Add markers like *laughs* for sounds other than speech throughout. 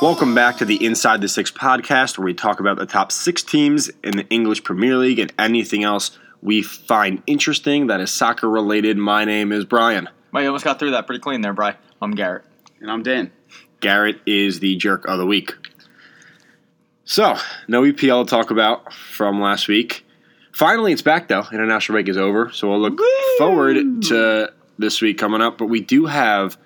Welcome back to the Inside the Six podcast, where we talk about the top six teams in the English Premier League and anything else we find interesting that is soccer related. My name is Brian. Well, you almost got through that pretty clean there, Bry. I'm Garrett. And I'm Dan. Garrett is the jerk of the week. So, no EPL to talk about from last week. Finally, it's back though. International break is over, so we'll look forward to this week coming up. But we do have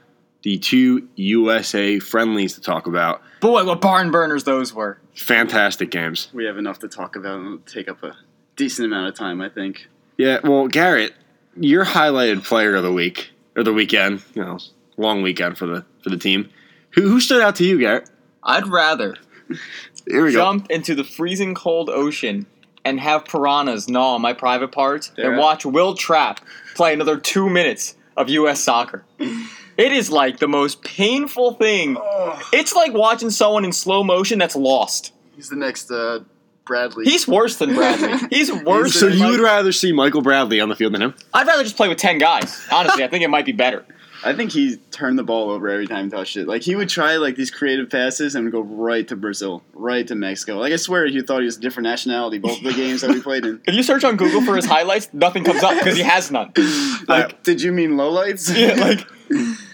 the two USA friendlies to talk about. Boy, what barn burners those were. Fantastic games. We have enough to talk about and it'll take up a decent amount of time, I think. Yeah, well, Garrett, your highlighted player of the week or the weekend, you know, long weekend for the for the team. Who who stood out to you, Garrett? I'd rather Here we jump into the freezing cold ocean and have piranhas gnaw my private parts Yeah. than watch Will Trapp play another two minutes of U.S. soccer. it is like the most painful thing. It's like watching someone in slow motion that's lost. He's the next uh, Bradley. He's worse than *laughs* Bradley. He's go. worse. So than you like- would rather see Michael Bradley on the field than him? I'd rather just play with ten guys. Honestly, I think it might be better. I think he turned the ball over every time he touched it. Like he would try like these creative passes and would go right to Brazil, right to Mexico. Like I swear, you thought he was a different nationality both of the games that we played in. If you search on Google for his highlights, nothing comes up because he *laughs* has none. Like, did you mean lowlights? Yeah, *laughs* *laughs* like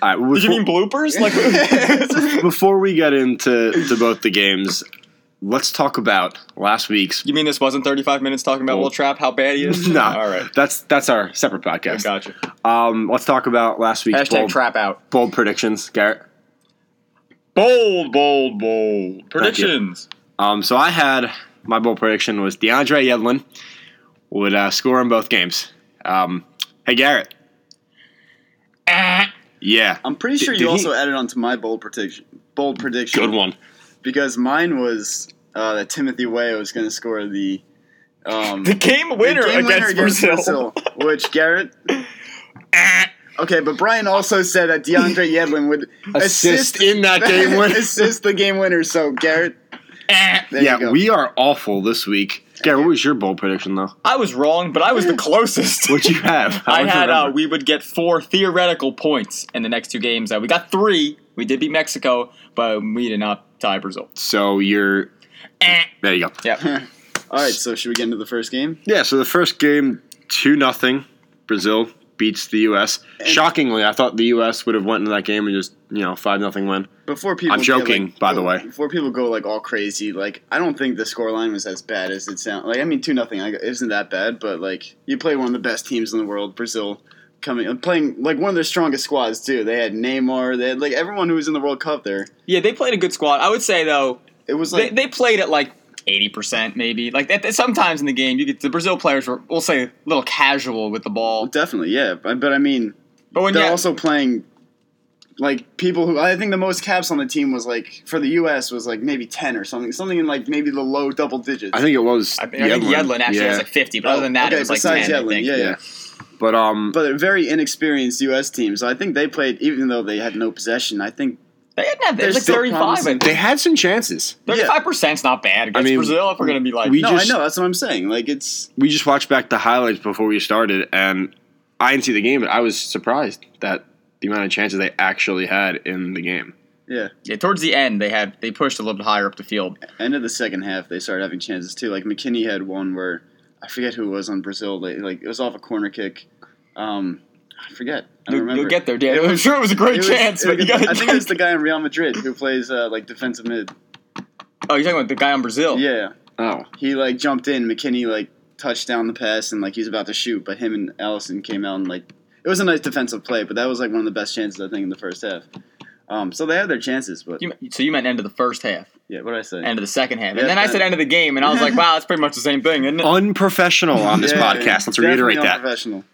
All right, Did you mean bloopers? Like, *laughs* before we get into to both the games, let's talk about last week's. you mean this wasn't 35 minutes talking about Will Trap, how bad he is? *laughs* No, All right. that's that's our separate podcast. Gotcha. Um, let's talk about last week's Hashtag bold, trap out. bold predictions, Garrett. Bold, bold, bold. Predictions. Um, so I had my bold prediction was DeAndre Yedlin would uh, score in both games. Um, hey Garrett, Eh. yeah, I'm pretty sure Did- you did he- also added onto my bold prediction. Bold prediction. good one. Because mine was uh, that Timothy Way was going to score the. *laughs* Um, The game winner, The game against, Brazil. Brazil, which *laughs* Garrett. okay, but Brian also said that DeAndre Yedlin would Assist, assist, in that game win. *laughs* assist the game winner. *laughs* So Garrett, there you yeah, go. we are awful this week. Garrett, what was your bold prediction though? I was wrong, but I *laughs* was the closest. What you have? *laughs* I had uh, remember. we would get four theoretical points in the next two games. Uh, we got three. We did beat Mexico, but we did not tie Brazil. so you're Eh. there. You go. Yeah. *laughs* All right, so should we get into the first game? Yeah. So the first game, two nothing, Brazil beats the U.S. Eh. Shockingly, I thought the U.S. would have went into that game and just you know five nothing win. Before people, I'm get, joking, like, by go- the way. Before people go like all crazy, like I don't think the scoreline was as bad as it sounds. Like I mean, two nothing like, isn't that bad, but like you play one of the best teams in the world, Brazil. Coming and playing like one of their strongest squads too. They had Neymar. They had like everyone who was in the World Cup there. yeah, they played a good squad. I would say, though, It was they, like they played at like 80% maybe like that, that- sometimes in the game you get the brazil players were we'll say a little casual with the ball Definitely, yeah. But, but I mean, but when they're you also playing like people who I think the most caps on the team was like for the U.S. was like maybe ten or something, something in like maybe the low double digits. I think it was. I, think- I think Yedlin actually Yeah. has like 50 but other than that okay, it was like besides 10 I Yedlin, think. yeah, yeah. But um, But a very inexperienced U.S. team, so I think they played even though they had no possession. I think they didn't have it was They're like still 35 promising. and they had some chances. 35% is not bad against I mean, brazil if we're going to be like we no, just- I know that's what I'm saying. Like it's We just watched back the highlights before we started, and I didn't see the game, but I was surprised that the amount of chances they actually had in the game. yeah. yeah, towards the end they had they pushed a little bit higher up the field End of the second half, they started having chances too. Like McKinney had one where I forget who it was on Brazil. They, like it was off a corner kick. Um, I forget. I don't you'll, remember. you'll get there Dan. i'm sure it was a great It was- chance it but you was- got I think it was the guy in Real Madrid who plays uh, like defensive mid. *laughs* oh you're talking about the guy on brazil Yeah, Oh, he like jumped in. McKinney like touched down the pass and like he was about to shoot, but him and Allison came out and like it was a nice defensive play, but that was like one of the best chances I think in the first half. Um, so they had their chances, but You, so you meant end of the first half yeah, what did I say? end of the second half Yeah, and then i that- said end of the game and i *laughs* was like wow that's pretty much the same thing isn't it unprofessional on this Yeah, podcast. yeah, Let's definitely reiterate that. Unprofessional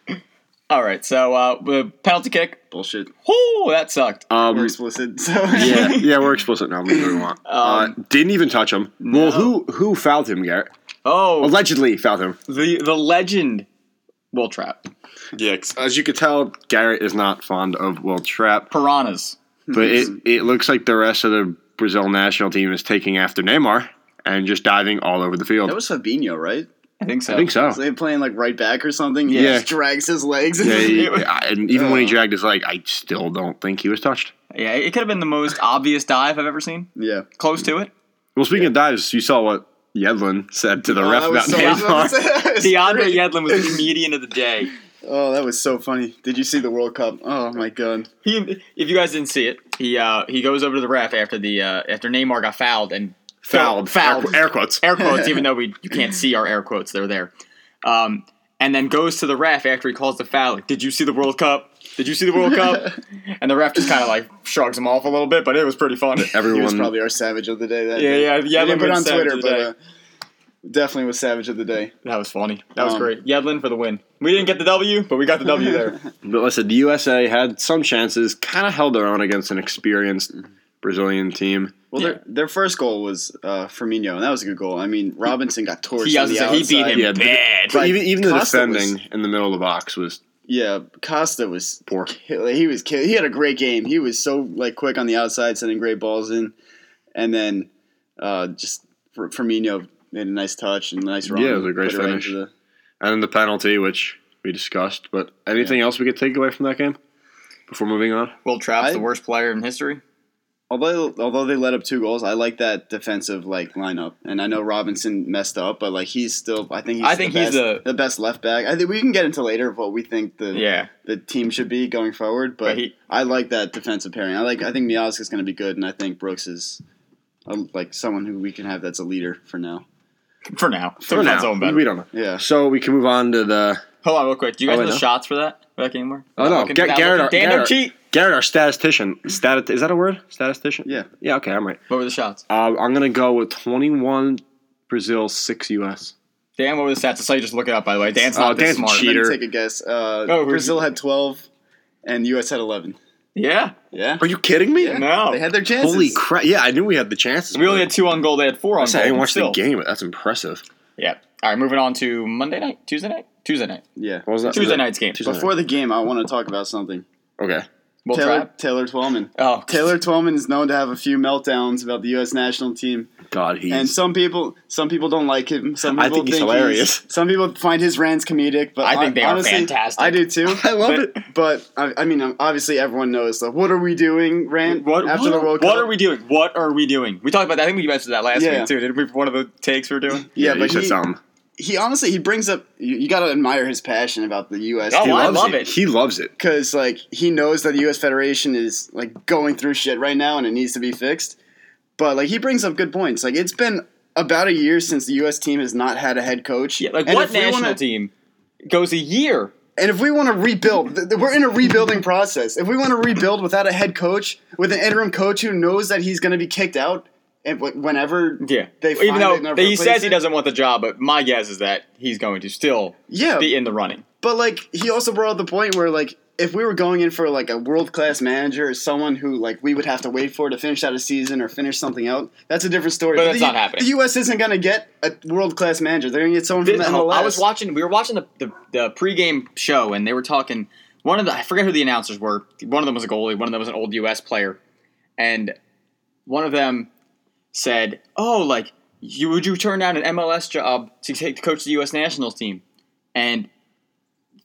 All right, so uh, the penalty kick. bullshit. Whoo, that sucked. We're Um, explicit. *laughs* Um, So yeah, yeah, we're explicit now. We do what we want. uh, didn't even touch him. Well, who who fouled him, Garrett? Oh, Allegedly fouled him. the the legend, Will Trap, Yeah, as you could tell, Garrett is not fond of Will Trap. piranhas. But it, it looks like the rest of the Brazil national team is taking after Neymar and just diving all over the field. that was Fabinho, right? I think so. I think so. So they playing like right back or something. He Yeah. just drags his legs. Yeah, and Uh. he- I- and even when he dragged his leg, I still don't think he was touched. Yeah, it could have been the most obvious dive I've ever seen. *laughs* Yeah. Close to it. Well, speaking of dives, you saw what Yedlin said to the oh, ref that was about *laughs* so, Neymar. that was DeAndre great. Yedlin was the comedian of the day. Oh, that was so funny. Did you see the World Cup? Oh my god. He, if you guys didn't see it, he uh, he goes over to the ref after the uh, after Neymar got fouled and fouled, fouled, air, air quotes. air *laughs* quotes, even though we you can't see our air quotes, they're there. Um, and then goes to the ref after he calls the foul. Like, Did you see the World Cup? Did you see the World *laughs* Cup? And the ref just kind of like shrugs him off a little bit, but it was *laughs* pretty funny. He was Everyone, probably our savage of the day. That Yeah, day. yeah, We Yedlin didn't was put it on savage Twitter, of the but day. uh, definitely was savage of the day. That was funny. That was Um, great. Yedlin for the win. We didn't get the W, but we got the *laughs* W there. but listen, the USA had some chances, kind of held their own against an experienced Brazilian team. Well, Yeah. their, their first goal was uh, Firmino, and that was a good goal. I mean, Robinson got torched. he, on the also- he beat outside. him Yeah, but- bad. But Right. even even the Costa was- defending in the middle of the box was Yeah, Costa was poor. kill- he was kill- he had a great game. He was so like quick on the outside, sending great balls in, and then uh, just Fir- Firmino made a nice touch and a nice run. Yeah, it was a great Put it right finish. into the- And then the penalty, which we discussed. But anything else we could take away from that game before moving on? Will Trapp's I- the worst player in history. although although they let up two goals, I like that defensive like lineup. And I know Robinson messed up, but like he's still I think he's I think the he's best, the- the best left back. I think we can get into later of what we think the Yeah. the team should be going forward. But But he- I like that defensive pairing. I like. I think Miazga is going to be good, and I think Brooks is um, like someone who we can have that's a leader for now. For now. For now, we don't know. Yeah. So we can move on to the Hold on, real quick. Do you Oh, guys wait, know the no. shots for that? For that game were? Oh, no. Looking- Ga- without Garrett- looking- Dan, Garrett- don't cheat. Garrett, our statistician. Stat is that a word? Statistician. Yeah. Yeah. Okay, I'm right. What were the shots? Uh, I'm gonna go with 21 Brazil, six US. Dan, what were the stats? I saw you just look it up, by the way. Dan's Oh, not this Dan's smart. cheating. Peter. Let me take a guess. Uh, Oh, who's- Brazil had twelve, and U.S. had eleven. *laughs* Yeah. Yeah. Are you kidding me? No. They had their chances. Holy crap! Yeah, I knew we had the chances. we only had two on goal. They had four on I goal. didn't but watch still. the game. That's impressive. Yeah. All right, moving on to Monday night, Tuesday night, Tuesday night, Yeah. What was that? Tuesday night's game. Tuesday Before the game, I want to talk about something. Okay. Will Taylor Trapp. Taylor Twellman. Oh, Taylor Twellman is known to have a few meltdowns about the U.S. national team. God, he's And some people, some people don't like him. Some people I think he's hilarious. some people find his rants comedic, but I think they are honestly, fantastic. I do *laughs* too. I love but- it. But I, I mean, obviously, everyone knows the "What are we doing?" *laughs* rant What, after the what, World what Cup. are we doing? What are we doing? We talked about that. I think we mentioned that last Yeah. week too. Didn't we? One of the takes we were *laughs* doing. Yeah, you but said he- something. He honestly, he brings up. You, you got to admire his passion about the U.S. Oh, He I loves love it. He loves it. because like he knows that the U.S. Federation is like going through shit right now and it needs to be fixed. But like he brings up good points. Like it's been about a year since the U.S. team has not had a head coach. Yeah, like And what if we national wanna- team goes a year? And if we want to rebuild, th- th- we're in a rebuilding process. If we want to rebuild without a head coach, with an interim coach who knows that he's going to be kicked out, and wh- whenever Yeah, they even find though it and he replace says he it. doesn't want the job, but my guess is that he's going to still yeah, be in the running. but like he also brought up the point where like if we were going in for like a world class manager or someone who like we would have to wait for to finish out a season or finish something out, that's a different story. But the that's U- not happening. The U.S. isn't going to get a world class manager. They're going to get someone from the MLS. I was watching. We were watching the, the the pregame show, and they were talking. One of the I forget who the announcers were. One of them was a goalie. One of them was an old U.S. player, and one of them said, "Oh, like you would you turn down an MLS job to take to coach the U.S. nationals team?" And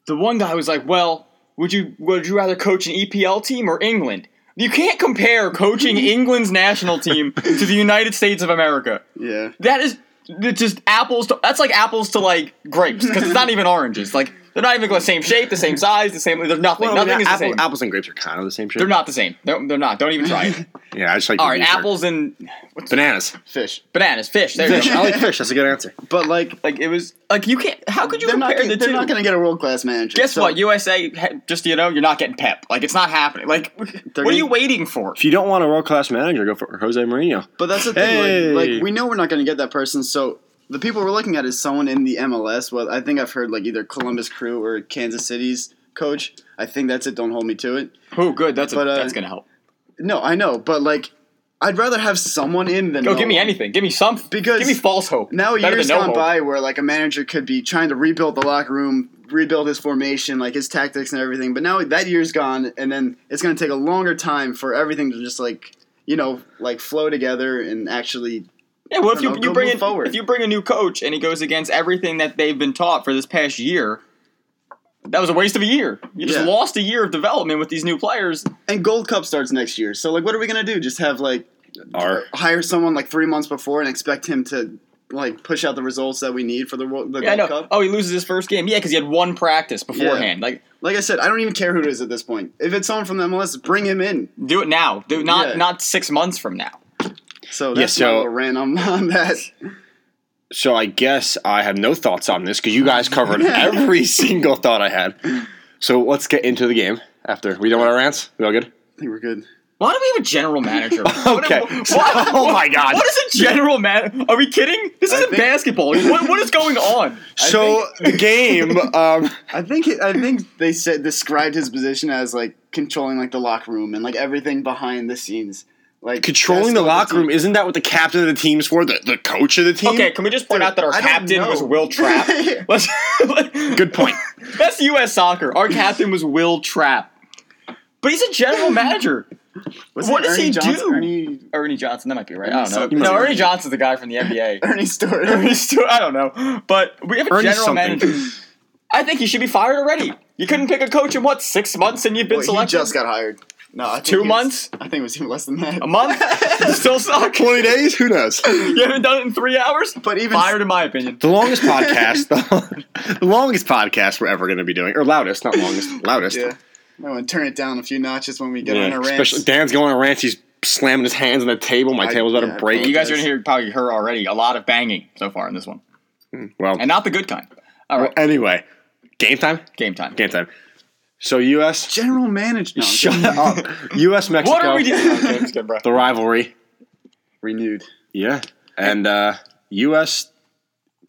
the one guy was like, "Well, would you would you rather coach an EPL team or England?" You can't compare coaching England's national team to the United States of America. yeah, That is it's just apples to. That's like apples to like grapes because it's not even oranges. Like they're not even the same shape, the same size, the same. They're nothing. Well, I mean, nothing is apple- the same. Apples and grapes are kind of the same shit. They're not the same. They're, they're not. Don't even try *laughs* it. Yeah, I just like. All to right, use your- apples and bananas. fish. bananas, fish. There you Fish. I go. like fish. That's a good answer. But like Like it was like you can't. How could you they're not compare gonna, the they're two? not going to get a world class manager. Guess So- what? USA, ha- just you know, you're not getting Pep. Like it's not happening. *laughs* Like what are gonna- you waiting for? If you don't want a world class manager, go for Jose Mourinho. But that's the thing. Like, Hey. like we know we're not going to get that person. So the people we're looking at is someone in the MLS. Well, I think I've heard like either Columbus Crew or Kansas City's coach. I think that's it. Don't hold me to it. Oh, good. That's a, But, uh, that's gonna help. No, I know, but like, I'd rather have someone in than Go no give me one. anything. Give me some. Because give me false hope. Now Better years than no gone hope. by where like a manager could be trying to rebuild the locker room, rebuild his formation, like his tactics and everything. But now that year's gone, and then it's going to take a longer time for everything to just like you know like flow together and actually Yeah, well, if I you, don't know, you go bring move in, forward. if you bring a new coach and he goes against everything that they've been taught for this past year, that was a waste of a year. You just Yeah. lost a year of development with these new players. And Gold Cup starts next year. So like, what are we gonna do? Just have like Our hire someone like three months before and expect him to like push out the results that we need for the World the Yeah, I know. Gold Cup? Oh, he loses his first game. Yeah, because he had one practice beforehand. Like, Like I said, I don't even care who it is at this point. If it's someone from the MLS, bring him in. do it now. Do not Yeah. not six months from now. So Yeah, that's so- my little rant on, *laughs* on that. so I guess I have no thoughts on this because you guys *laughs* covered every single thought I had. So let's get into the game after. We don't want our rants? We all good? I think we're good. Why do we have a general *laughs* manager? *laughs* Okay. What, Oh my God. What is a general manager? Are we kidding? This I isn't think- basketball. What, what is going *laughs* on? So *laughs* the game, um, I think it, I think *laughs* they said described his position as like controlling like the locker room and like everything behind the scenes, like controlling the locker *laughs* room, isn't that what the captain of the team's for? The, the coach of the team? Okay, can we just point Dude, out that our I don't captain know. was Will *laughs* Trapp? Let's- *laughs* Good *laughs* point. That's U.S. soccer. Our captain was Will Trapp, but he's a *laughs* general manager. What's What does he do? Ernie, Ernie Johnson, that might be right. I Ernie don't know. something. No, Ernie Johnson's the guy from the *laughs* NBA. Ernie Ernie Story. Stewart, I don't know, but we have a Ernie general something. manager. I think he should be fired already. You couldn't pick a coach in what six months, and you've been Wait, he selected. just got hired. No, I think Two he was- months? I think it was even less than that. a *laughs* month still suck. 20 days? Who knows? You haven't done it in three hours. But even Fired, in my opinion. *laughs* The longest podcast, *laughs* the, longest podcast we're ever going to be doing, or loudest, not longest, loudest. yeah, I want to turn it down a few notches when we get on a rant. especially- Dan's going on a rant. He's slamming his hands on the table. My I- table's about yeah, to I break. You guys are gonna hear probably her already. A lot of banging so far in this one, well, and not the good kind. All right, anyway, game time. game time. Game time. So U.S. General manager. No, I'm Shut kidding. *laughs* up. U.S. Mexico. What are we doing? Okay, it's good, bro. The rivalry. Renewed. Yeah, and uh, U.S.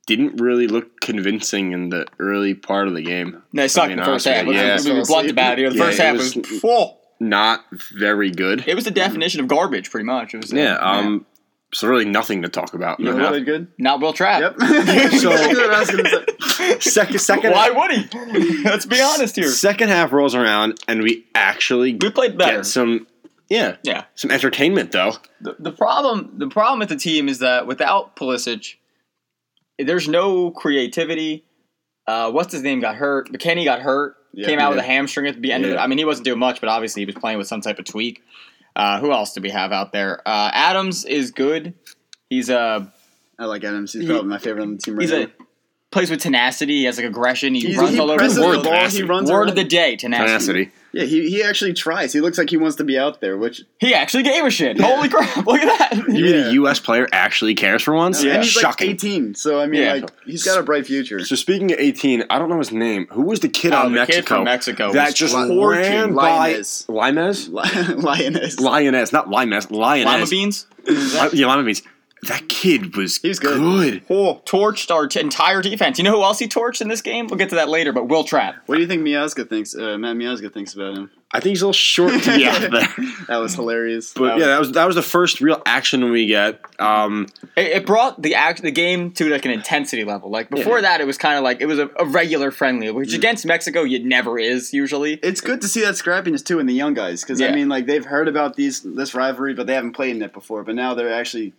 didn't really look convincing in the early part of the game. No, it sucked I mean, in the first honestly, half. Let's- yeah. let's be blunt about it. here. The Yeah, first it half was- was, whoa. Not very good. It was the definition of garbage, pretty much. It was uh, yeah. Um. So really nothing to talk about. in You the know half. what I good? not Will Trapp. *laughs* Yep. That's what I was gonna say. Second. Second. Why would he? *laughs* Let's be honest here. Second half rolls around and we actually We played better. get some. Yeah. Yeah. Some entertainment though. The, the problem, the problem with the team is that without Pulisic, there's no creativity. Uh, what's his name got hurt? McKenny got hurt. Yeah, came out with yeah. a hamstring at the end of it. Yeah. I mean, he wasn't doing much, but obviously he was playing with some type of tweak. Uh, who else do we have out there? Uh, Adams is good. He's uh, a I like Adams. He's probably my favorite on the team right He's now. a plays with tenacity. He has like aggression. He He's- runs he all over presses the Word the ball. He tenacity. runs. Word around. of the day, tenacity. Tenacity. yeah, he, he actually tries. He looks like he wants to be out there, which He actually gave a shit. Holy *laughs* crap! Look at that. You mean Yeah. a U.S. player actually cares for once? and he's Shocking. like 18. So I mean, Yeah. like he's got a bright future. so speaking of 18, I don't know his name. Who was the kid Oh, on the kid Mexico? from Mexico that was just Jorge ran Lainez. by Limes? *laughs* Li- Lioness. Lioness, not Limes. Lioness. Lima beans. Li- yeah, Lima beans. That kid was, He was good. Oh, torched our t- entire defense. You know who else he torched in this game? We'll get to that later. But Will Trapp. What do you think Miazga thinks? Uh, Matt Miazga thinks about him. I think he's a little *laughs* short to be out there. That was hilarious. But yeah, that was that was the first real action we get. Um, It, it brought the act, the game to like an intensity level. Like before that, it was kind of like it was a, a regular friendly, Mm. which against Mexico it never is usually. it's good to see that scrappiness too in the young guys because I Yeah. mean, like they've heard about these this rivalry, but they haven't played in it before. But now they're actually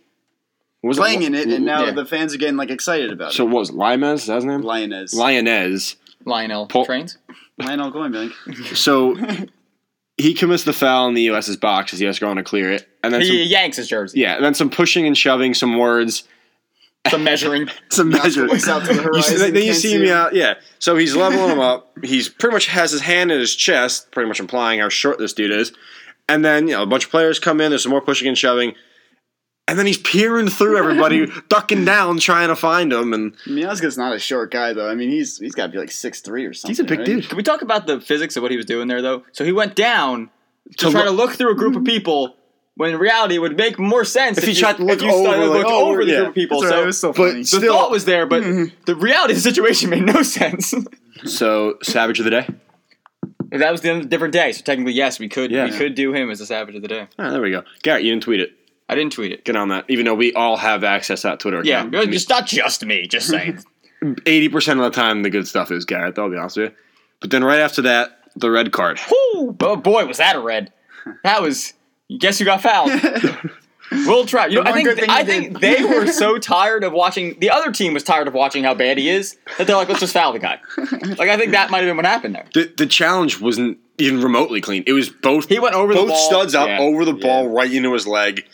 what was it? playing in it, and now Yeah. the fans are getting like excited about so it. what was it, Limes? Is that his name? Lioness, Lioness. Lionel Pol- trains. Lionel Goinbank. *laughs* So he commits the foul in the U.S.'s box as the U.S. going to clear it, and then some, He yanks his jersey. yeah, and then some pushing and shoving, some words, Some measuring. *laughs* some Looks measures. out to the You see, horizon. then you can't see me out. Yeah. So *laughs* he's leveling him up. He's pretty much has his hand in his chest, pretty much implying how short this dude is. And then, you know, a bunch of players come in. There's some more pushing and shoving. And then he's peering through *laughs* everybody, ducking down, trying to find him. And Miazga's not a short guy though. I mean, he's he's got to be like six three or something. he's a big right? dude. Can we talk about the physics of what he was doing there, though? So he went down to, To try look- to look through a group of people. When in reality, it would make more sense if, he you- tried to if look you started over, to like, look oh, over the yeah. group of people. That's right, so it was so but funny. the Still- Mm-hmm. thought was there, but the reality of the situation made no *laughs* sense. So Savage of the day. that was the end of a different day. So technically, yes, we could Yeah. we could do him as a savage of the day. Ah, there we go. Garrett, you didn't tweet it. I didn't tweet it. Get on that. Even though we all have access to that Twitter Yeah, account. just not just *laughs* me. Just saying. Eighty percent of the time, the good stuff is Garrett. I'll be honest with you. But then right after that, the red card. *laughs* Woo! Oh boy, was that a red? That was. Guess who got fouled? We'll try. You The know, I one think good thing I you think did. they *laughs* were so tired of watching. The other team was tired of watching how bad he is that they're like, let's just foul the *laughs* guy. Like I think that might have been what happened there. The the challenge wasn't even remotely clean. It was both He went over both the ball. studs up Yeah. over the ball right into his leg.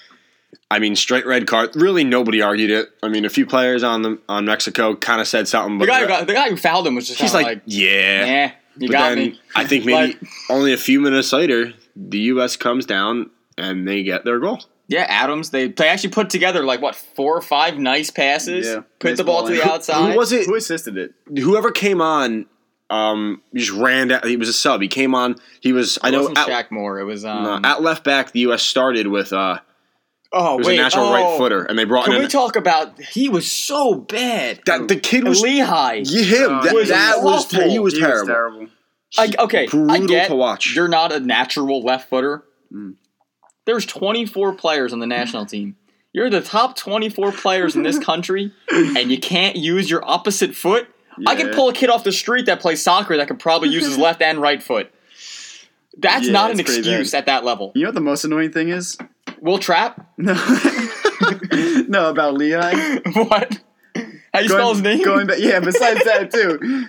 I mean, straight red card. Really, nobody argued it. I mean, a few players on the on Mexico kind of said something, but The guy, who got, the guy who fouled him was just he's kinda like, like, yeah. yeah, you But got then me. I think maybe Like- only a few minutes later, the U.S. comes down and they get their goal. Yeah, Adams. They they actually put together like what four or five nice passes. Yeah. put Nice the ball ball to the in. Who- outside. Who was it? Who assisted it? Whoever came on, um, just ran. Down, he was a sub. He came on. He was. I It know wasn't at, Shaq Moore. It was um. uh, at left back, the U.S. started with. Uh, oh it was wait, a natural oh, right footer, and they brought Can in we talk about? He was so bad. that the kid was Lehigh. Yeah, him. Oh, that, he was that was Uh, awful. he was He terrible. I, okay, I brutal get to watch. Mm. You're not a natural left footer. There's 24 players on the national team. You're the top 24 players in *laughs* this country, and you can't use your opposite foot. I could Yeah. pull a kid off the street that plays soccer that could probably use *laughs* his left and right foot. That's Yeah, not an it's pretty bad. excuse at that level. You know what the most annoying thing is? Will Trap? *laughs* No, no about Lehigh. what? How you spell his name? Going back, yeah. Besides that, too.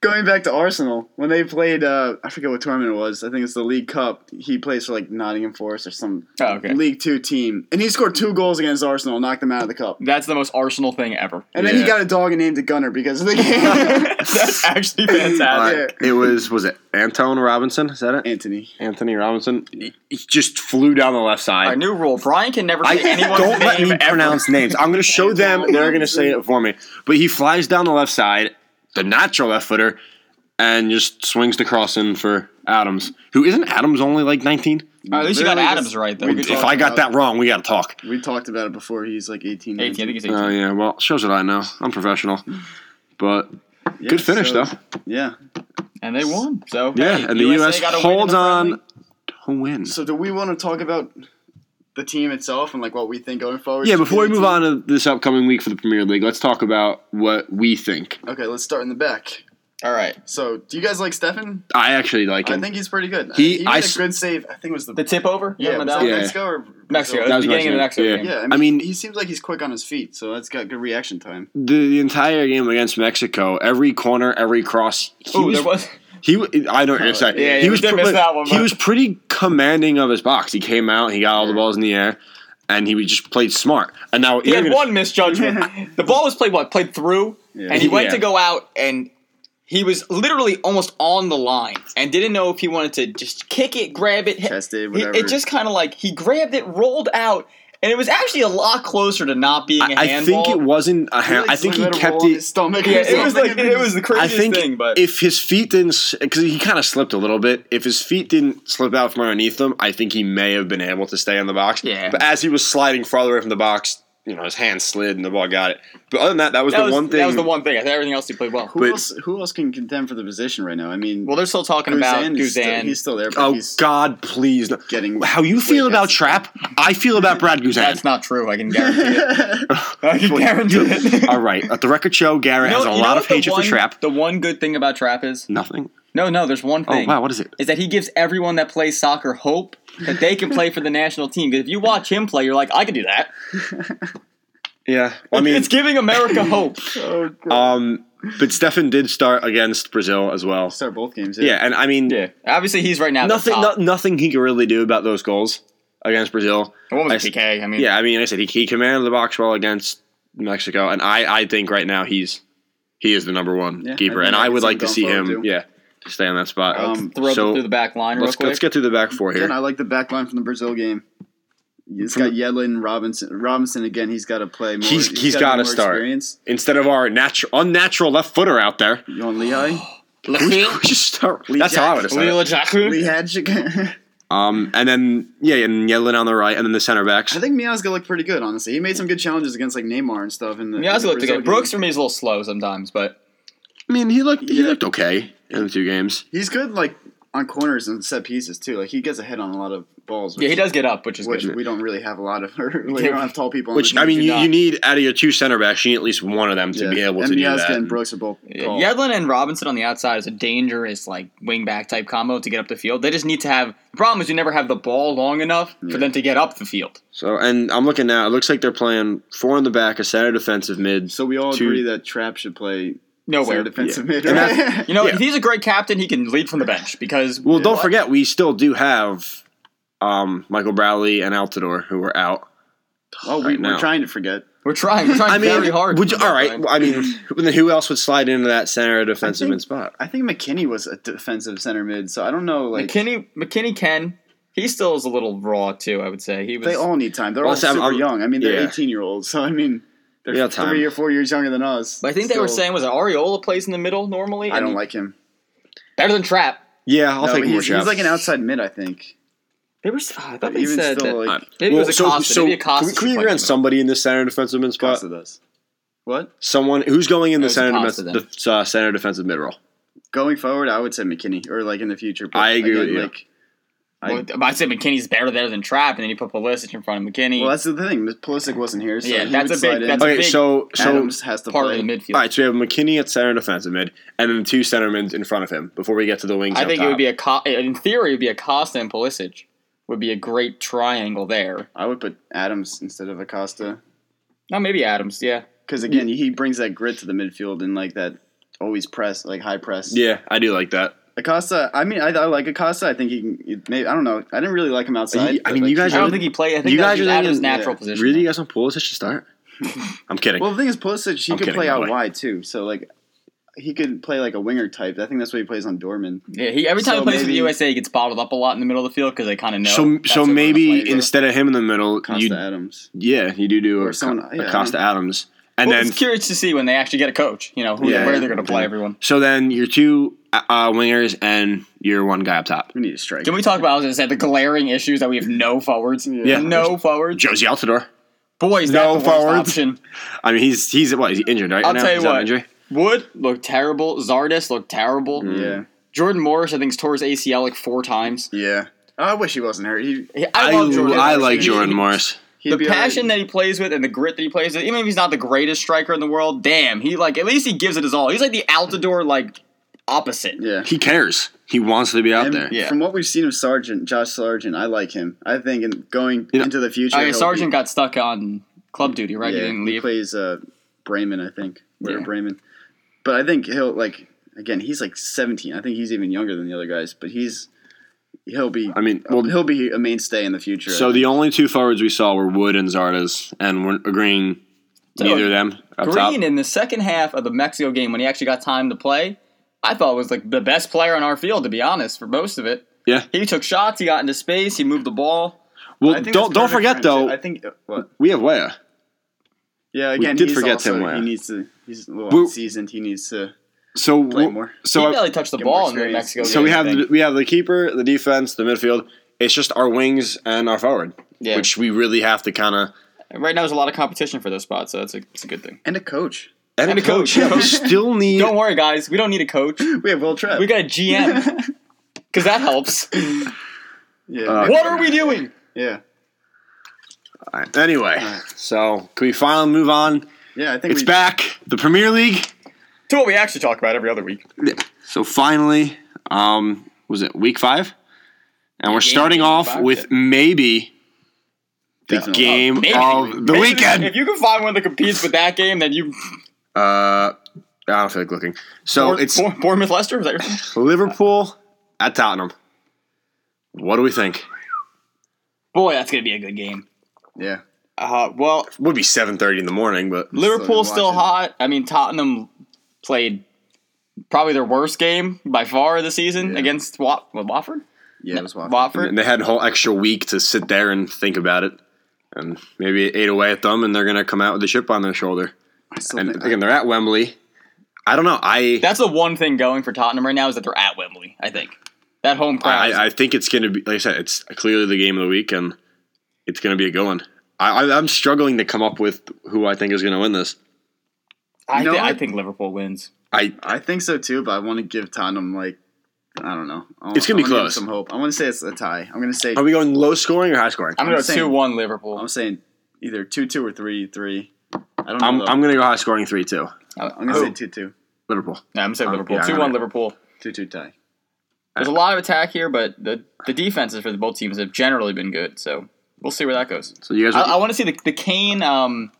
Going back to Arsenal when they played, uh, I forget what tournament it was. I think it's the League Cup. He plays for like Nottingham Forest or some Oh, okay. League Two team, and he scored two goals against Arsenal, and knocked them out of the cup. That's the most Arsenal *laughs* thing ever. *laughs* And then Yeah. he got a dog and named it Gunner because of the game. That's actually All fantastic. right. It was was it Anton Robinson? Is that it? Anthony. Anthony Robinson. He, he just flew down the left Our side. new rule: Brian can never I say anyone's don't let name me ever. pronounce names. I'm going to show *laughs* them. They're going to say it for me. But he flies down the left side, the natural left footer, and just swings the cross in for Adams, who isn't Adams only like 19. Or at least you got Really Adams just- right though. we Good If call. I got that wrong, we got to talk. We talked about it before. He's like 18. 18, I think he's 18. Oh yeah, well, shows what I know. I'm professional, but good finish though. Yeah. and they won. So Yeah, hey, and the U.S. USA got a win in holds the on friendly. to win. So do we want to talk about the team itself and like what we think going forward? Yeah, should before we be the move team? on to this upcoming week for the Premier League, let's talk about what we think. Okay, let's start in the back. All right, So, do you guys like Stefan? I actually like I him. think he's pretty good. He- He, he I made a s- good save. I think it was the, the tip over. yeah, was that Yeah. Mexico or Brazil? Mexico. That was beginning of the Mexico, next yeah. Yeah, I mean, I mean- he seems like he's quick on his feet, so that's got good reaction time. the, the entire game against Mexico, every corner, every cross, he Ooh, was. *laughs* there was. He, wa- I don't. Sorry, Oh, Yeah, yeah, he we was. did pre- miss that one, he but- was pretty commanding of his box. He came out, he got all the balls in the air, and he just played smart. And now He you're had gonna- one misjudgment. *laughs* the ball was played what? Played through, Yeah. and he went Yeah. to go out, and he was literally almost on the line, and didn't know if he wanted to just kick it, grab it, hit- Chest it, he- whatever. It just kind of like he grabbed it, rolled out, and it was actually a lot closer to not being a I, I handball. think it wasn't a hand. like, I think he let it kept roll on it. His stomach. or Yeah, *laughs* *laughs* it was something, like and then it was the I craziest think thing, but if his feet didn't, because he kind of slipped a little bit. If his feet didn't slip out from underneath him, I think he may have been able to stay in the box. Yeah. But as he was sliding farther away from the box, you know, his hand slid and the ball got it. But other than that, that was that the was one thing. that was the one thing. I think everything else he played well. Who but- else? Who else can contend for the position right now? I mean, Well, they're still talking about Guzan is still- Guzan. he's still there. But Oh he's God, please! no. getting How you feel Wait, about that's- Trap? I feel about Brad Guzan. That's not true. I can guarantee it. *laughs* I can Well, guarantee you- *laughs* it. All right, at the record show, Garrett You know- has a you know lot what of hatred the one, for Trap. The one good thing about Trap is Nothing. no, no. There's one Oh thing. wow, what is it? Is that he gives everyone that plays soccer hope that they can play for the national team? Because if you watch him play, you're like, I could do that. Yeah, I mean, it's giving *laughs* America hope. Oh, God. um, but Stefan did start against Brazil as well. start both games. Yeah, and I mean, Yeah, obviously he's right now. nothing, The no, top. nothing he could really do about those goals against Brazil. The one I was s- PK. I mean, Yeah, I mean, I said he, he commanded the box well against Mexico, and I, I think right now he's he is the number one Yeah, I keeper, think and I I can would see like him to going see him, forward, too. yeah, stay on that spot. Um, throw so it through the back line real let's quick. let's get to the back four here. Again, I like the back line from the Brazil game. It's From got Yedlin, Robinson. Robinson again. He's got to play more. He's- he's gotta gotta get more start. Experience. Instead of our natural unnatural left footer out there, You want Lehigh? we *laughs* just start. That's how I would have said it. Lila Jaku. Lehigh. Jack- Um, and then yeah, and Yedlin on the right, and then the center backs. *laughs* I think Miazga looked pretty good, honestly. He made some good challenges against like Neymar and stuff. And the, Yeah, I in the looked Brazil good. game. Brooks for me is a little slow sometimes, but I mean, he looked he Yeah. looked okay in the two games. he's good. Like on corners and set pieces too. Like he gets ahead on a lot of balls. Yeah, he does get up, which is Which good. we don't really have a lot of. *laughs* or we don't have tall people. on Which the I mean, team. you, not. you need out of your two center backs, you need at least one of them to Yeah. be able to And do Miazga that. and Brooks are both. Yeah, tall. Yedlin and Robinson on the outside is a dangerous like wing back type combo to get up the field. They just need to have. The problem is you never have the ball long enough for Yeah. them to get up the field. so, and I'm looking now. It looks like they're playing four in the back, a center defensive mid. So we all Two- agree that Trap should play Nowhere. center defensive mid. And right? *laughs* that's- You know, Yeah. if he's a great captain, he can lead from the bench because Well, don't forget, we still do have um, Michael Bradley and Altidore who are out. oh, we, Right now. we're trying to forget. we're trying, we're trying I mean, very hard. Would you, all right. well, I mean, who- then who else would slide into that center defensive think- mid spot? I think McKinney was a defensive center mid, so I don't know. Like McKinney, McKinney can. He still is a little raw too. I would say he was. they all need time. They're Well, all so I'm- super I'm- young. I mean, they're yeah. eighteen year olds, so I mean, they're We got time. three or four years younger than us. but I think they were Still, saying was that Ariola plays in the middle normally. I and don't he- like him. better than Trap. Yeah, I'll No, take he's, more he's shots. like an outside mid, I think. They were. s- ah, I thought they Even said still, that. like Maybe it was so, Acosta. so maybe can Acosta. we, can we should agree on play him. somebody in the center defensive mid spot? Costa does. What Someone who's going in It the was center Acosta defensive, def- uh, center defensive mid role. going forward? I would say McKinney, or like in the future. but I agree with you. Like, I- Well, I said McKinney's better there than Trap, and then you put Pulisic in front of McKinney. well, that's the thing. Pulisic wasn't here, so Yeah, he that's would a big- slide in. that's a Okay, big so so Adams has to part play. of the midfield. all right, so we have McKinney at center defensive mid, and then two centermen in front of him. Before we get to the wings, I up think it top. would be a co- in theory it would be Acosta and Pulisic would be a great triangle there. I would put Adams instead of Acosta. No, maybe Adams. Yeah, Because again, he brings that grit to the midfield and like that always press, like high press. yeah, I do like that. Acosta. I mean, I, I like Acosta. I think he can. he- Maybe, I don't know. I didn't really like him outside. You- I but, mean, like, you guys I don't Really? think he played. I think You that guys was are Adams' thinking- natural yeah. position. Really, you guys on Pulisic to *laughs* start? I'm kidding. Well, the thing is, Pulisic he I'm could kidding, play by out the way. wide too. So like, he could play like a winger type. I think that's what he plays on Dorman. Yeah, he every time So he plays for the maybe- USA, he gets bottled up a lot in the middle of the field because they kind of know. so that's so what we're gonna play maybe here. instead of him in the middle, Acosta you Adams. yeah, you do do Or a, someone- yeah, I Acosta Adams, and well, then it's curious to see when they actually get a coach. You know who, Yeah, where yeah, they're going to play yeah. everyone. so then your two uh, wingers and your one guy up top. We need a strike. Can we talk about? I was going to say the glaring issues that we have no forwards. Yeah. no forwards. Josie Altidore. Boys, No no forwards. forwards. Option. I mean, he's he's what he's injured right I'll now. tell you He's out of what. injury. Wood looked terrible. Zardis looked terrible. Yeah, Jordan Morris, I think, has tore his ACL like four times. yeah. Oh, I wish he wasn't hurt. He, I, I, love Jordan. I Morris. like He- Jordan he- Morris. he'd the be all right. passion that he plays with and the grit that he plays with, even if he's not the greatest striker in the world, damn, he like at least he gives it his all. He's like the Altador like opposite. Yeah. He cares. He wants to be out And there. Yeah. From what we've seen of Sargent, Josh Sargent, I like him. I think in going You know- into the future. I mean, he'll Sargent be- got stuck on club duty, right? he didn't leave. plays uh, Bremen, I think. Where Yeah. Bremen. But I think he'll like again. He's like seventeen. I think he's even younger than the other guys. But he's he'll be. I mean, Oh, well, well, he'll be a mainstay in the future. so the only two forwards we saw were Wood and Zardes, and we're agreeing So, neither of them up top. Green in the second half of the Mexico game when he actually got time to play, I thought was like the best player on our field to be honest for most of it. Yeah. He took shots, he got into space, he moved the ball. Well, I think don't don't that's perfect for him, forget too. though, I think. uh, What? we have Wea. Yeah. Again, did he's forget also, Tim Weah. He needs to. He's a We're- little seasoned. He needs to. So Play w- more. so he I- barely touched the get more ball in the experience. Mexico so game. we I have think. the, we have the keeper, the defense, the midfield. It's just our wings and our forward, Yeah. which we really have to kind of right now there's a lot of competition for those spots, so that's a, that's a good thing. And a coach. *laughs* and, a coach. yeah, we still *laughs* need. Don't worry, guys. We don't need a coach. We have Will Trepp. We got a GM because that helps. yeah. Uh, What are we doing? yeah. All right. Anyway, so can we finally move on? Yeah. I think It's we, back, the Premier League. To what we actually talk about every other week. So finally, um, was it week five? And we're Game starting week off five, Oh, with maybe the Definitely. game Maybe. of the Maybe weekend. *laughs* If you can find one that competes with that game, then you. Uh, I don't feel like looking. So Bour- it's Bour- Bournemouth Leicester. Is that your Liverpool at Tottenham. What do we think? Boy, that's gonna be a good game. Yeah. Uh, well, Would be seven thirty in the morning, but Liverpool's watch still it. hot. I mean, Tottenham played probably their worst game by far of the season Yeah. against Wat- what, Watford. Yeah. It was Watford. Watford. and they had a whole extra week to sit there and think about it, and maybe it ate away at them, and they're gonna come out with a chip on their shoulder. I still And think- again, they're at Wembley. I don't know. I That's the one thing going for Tottenham right now is that they're at Wembley. I think that home crowd. is- I, I think it's gonna be like I said. It's clearly the game of the week, and it's gonna be a good one. I, I, I'm struggling to come up with who I think is gonna win this. I, You know thi- I what? think Liverpool wins. I I think so too, but I want to give Tottenham like I don't know. I It's gonna be I wanna give close. Some hope. I want to say it's a tie. I'm gonna say. Are we going low scoring or high scoring? I'm, I'm, going to saying- go 2 1 Liverpool. I'm saying either two two or three three. I don't know. I'm, though. going to go high scoring 3 2. I'm gonna Oh. say two two. Liverpool. No, I'm saying Um, Liverpool. yeah, I'm Two one gonna- Liverpool. Two two tie. There's a lot of attack here, but the the defenses for the both teams have generally been good. So we'll see where that goes. So you guys, I, I want to see the the Kane. Um,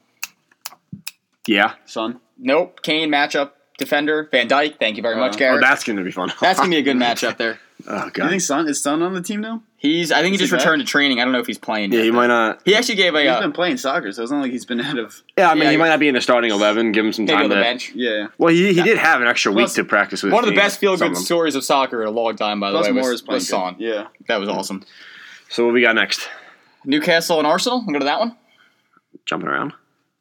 yeah. Son. nope, Kane matchup defender Van Dyke. Thank you very much, Uh, Oh, Garrett. that's going to be fun. that's gonna be a *laughs* good matchup there. *laughs* oh You god. think Son is Son on the team now? He's I think he Is he just returned to training. I don't know if he's playing. Yeah, yet. he might not. He actually gave a He's uh, been playing soccer, so it's not like he's been *laughs* out of. Yeah, I mean, Yeah, he he- might not be in the starting eleven. Give him some maybe time on the to- bench. Yeah. Well, he, he did have an extra week Plus, to practice with. One of his the team, best feel some good of them. stories of soccer in a long time, by the Plus way. Moore Was, is playing. was good. Son. Yeah. That was awesome. So what we got next? Newcastle and Arsenal. We'll go to that one. Jumping around.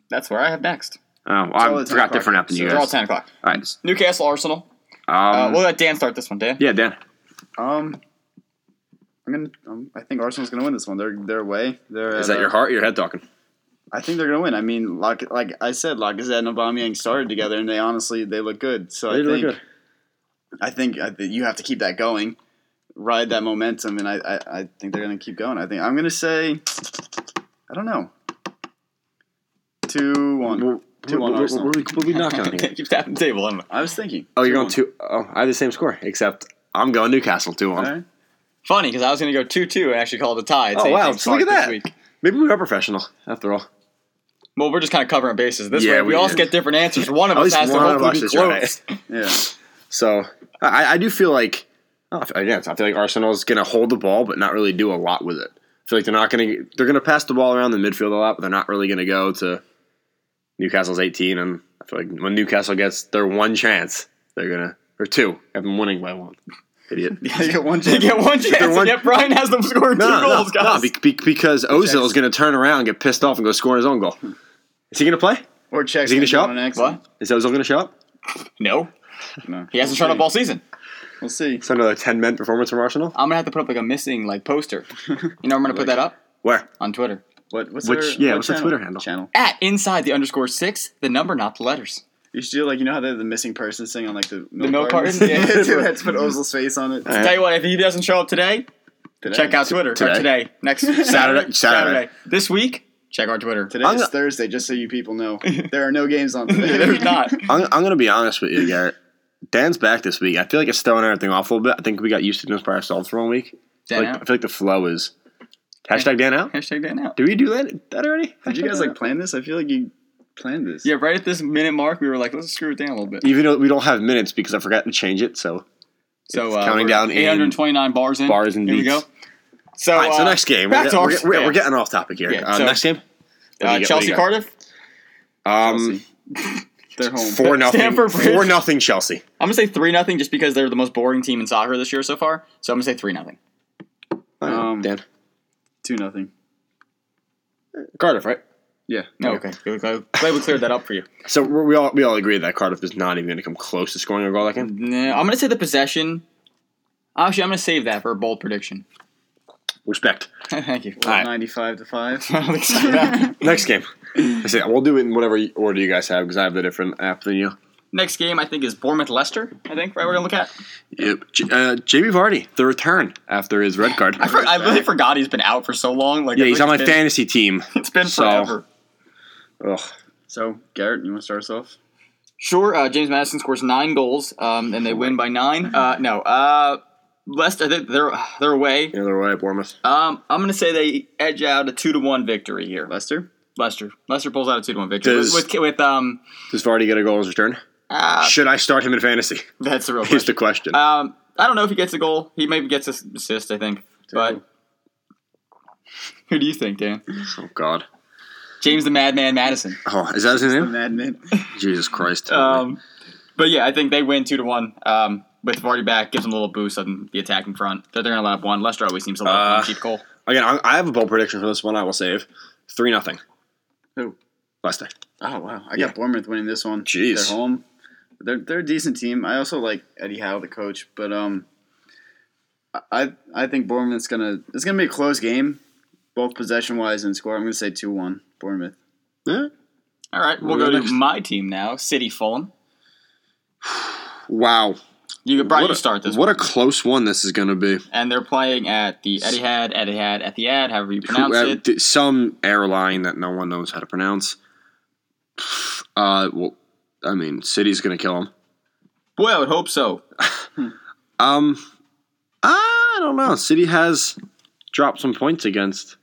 That's where I have next. Oh, all I the forgot time different app than clock, you They're all guys. ten o'clock. All right. Newcastle Arsenal. Uh, Um, we'll let Dan start this one. Dan. yeah, Dan. Um. I'm gonna. Um, I think Arsenal's gonna win this one. They're they're away. They're Is at, that uh, your heart? or Your head talking? I think they're gonna win. I mean, like like I said, Lacazette and Aubameyang started together, and they honestly they look good. So I think I think I think you have to keep that going, ride that momentum, and I, I, I think they're gonna keep going. I think I'm gonna say, I don't know, two one. Two, one, Arsenal. What are we, what are we *laughs* knocking *laughs* on here? Keep tapping the table. I'm I was thinking. Oh, you're going one. two. Oh, I have the same score, except I'm going Newcastle two one. All right. funny because I was going to go two two and actually call it a tie. It's Oh, wow. 18 So look at o'clock that. this Week. Maybe we are professional after all. Well, we're just kind of covering bases this Yeah, way. We, we all did. get *laughs* different answers. One of At us least has to one of hopefully us be is close. *laughs* right. Yeah. *laughs* So I, I do feel like oh, I, yeah, I feel like Arsenal's going to hold the ball, but not really do a lot with it. I feel like they're not going to they're going to pass the ball around the midfield a lot, but they're not really going to go to Newcastle's 18. And I feel like when Newcastle gets their one chance, they're gonna or two. I've been winning by one. *laughs* Idiot. They get one They chance. get one chance. one- and yet Brian has them scoring *laughs* two No, no, goals, no, guys. be, be, because Ozil's going to turn around, get pissed off, and go score his own goal. Is he going to play? Or check. Is he gonna show up? what? Is Ozil going to show up? No, No. he hasn't shown up all season. We'll see. It's another ten minute performance from Arsenal. I'm gonna have to put up like a missing like *laughs* poster. You know, I'm gonna put that up Where? on Twitter What? What's Which- their, yeah, what what's their channel? Twitter handle? Channel. at inside the underscore six, the number, not the letters. You should do like you know how they have the missing person thing on like the milk milk cartons? cartons? *laughs* Yeah. Dude, that's put Ozil's face on it. Alright. Tell you what, if he doesn't show up today, Today. check out Twitter or Today. today next *laughs* Saturday, Saturday. Saturday, this week. Check our Twitter. Today I'm is gonna- Thursday, just so you people know. There are no games on *laughs* today. There's not. I'm, I'm going to be honest with you, Garrett. Dan's back this week. I feel like it's throwing everything off a little bit. I think we got used to doing this by ourselves for one week. *laughs* Dan Like, I out. feel like the flow is hashtag Dan out. Hashtag Dan out. Did we do that, that already? Did you guys like plan this? I feel like you planned this. Yeah, right at this minute mark, we were like, let's screw it down a little bit. even though we don't have minutes because I forgot to change it. So So uh, counting we're down in 829 bars in. bars and Here we beats. go. So, all right, so uh, next game. we're, back to get- we're, Arsenal. get- we're Yeah. getting off topic here. Yeah, uh, so- next game. What do uh, you got- what do Chelsea you got? Cardiff. Um, They're home. four nothing. Stamford Bridge. Four nothing. Chelsea. I'm gonna say three nothing just because they're the most boring team in soccer this year so far. So I'm gonna say three nothing. Um, Dan Two nothing. Cardiff, right? Yeah. No, okay. Good, Glad glad we cleared that up for you. So we're, we all we all agree that Cardiff is not even going to come close to scoring a goal that game. Nah, I'm gonna say the possession. Actually, I'm gonna save that for a bold prediction. *laughs* Respect. Thank you. *laughs* All right. Ninety-five *laughs* to five. I don't think so. Yeah. Next game. I say we'll do it in whatever order you guys have because I have the different app than you. *laughs* Next game, I think is Bournemouth Leicester. I think right. We're gonna look at. Yep. J- uh, JB Vardy, the return after his red card. I, for, I really forgot he's been out for so long. Like yeah, I he's on think my it's been- fantasy team. It's been so- forever. Ugh. So Garrett, you want to start us off? Sure, uh, James Madison scores nine goals, um, and they win by nine. Uh, no, uh, Leicester they- they're they're away. The other way, Bournemouth. Um, I'm gonna say they edge out a two to one victory here. Lester. Leicester, Leicester pulls out a two to one victory Does- with, with with um. Does Vardy get a goal in his return? Uh, Should I start him in fantasy? *laughs* that's the real Here's the question. question. Um, I don't know if he gets a goal. He maybe gets an assist. I think, but. Who do you think, Dan? oh God. James the Madman Madison. Oh, is that his The name? madman. Jesus Christ. Um, but yeah, I think they win two to one. Um, with Vardy back, gives them a little boost on the attacking front. They're, they're gonna allow up one. Leicester always seems to love Uh, a cheap goal. Again, I, I have a bold prediction for this one. I will save three nothing. Who? Leicester. *laughs* Oh wow, I got Yeah. Bournemouth winning this one. Jeez. They're home. They're they're a decent team. I also like Eddie Howe, the coach, but um, I I think Bournemouth's gonna it's gonna be a close game, both possession wise and score. I'm gonna say two one Bournemouth. Yeah. All right, we'll we'll go go to next. my team now, City Fulham. Wow. You, Brian, what you a- start this. What a close one this is going to be. and they're playing at the Etihad, Etihad, Etihad, however you pronounce Who- uh, it. d- Some airline that no one knows how to pronounce. Uh, well, I mean, City's going to kill him. Boy, I would hope so. Um, I don't know. City has dropped some points against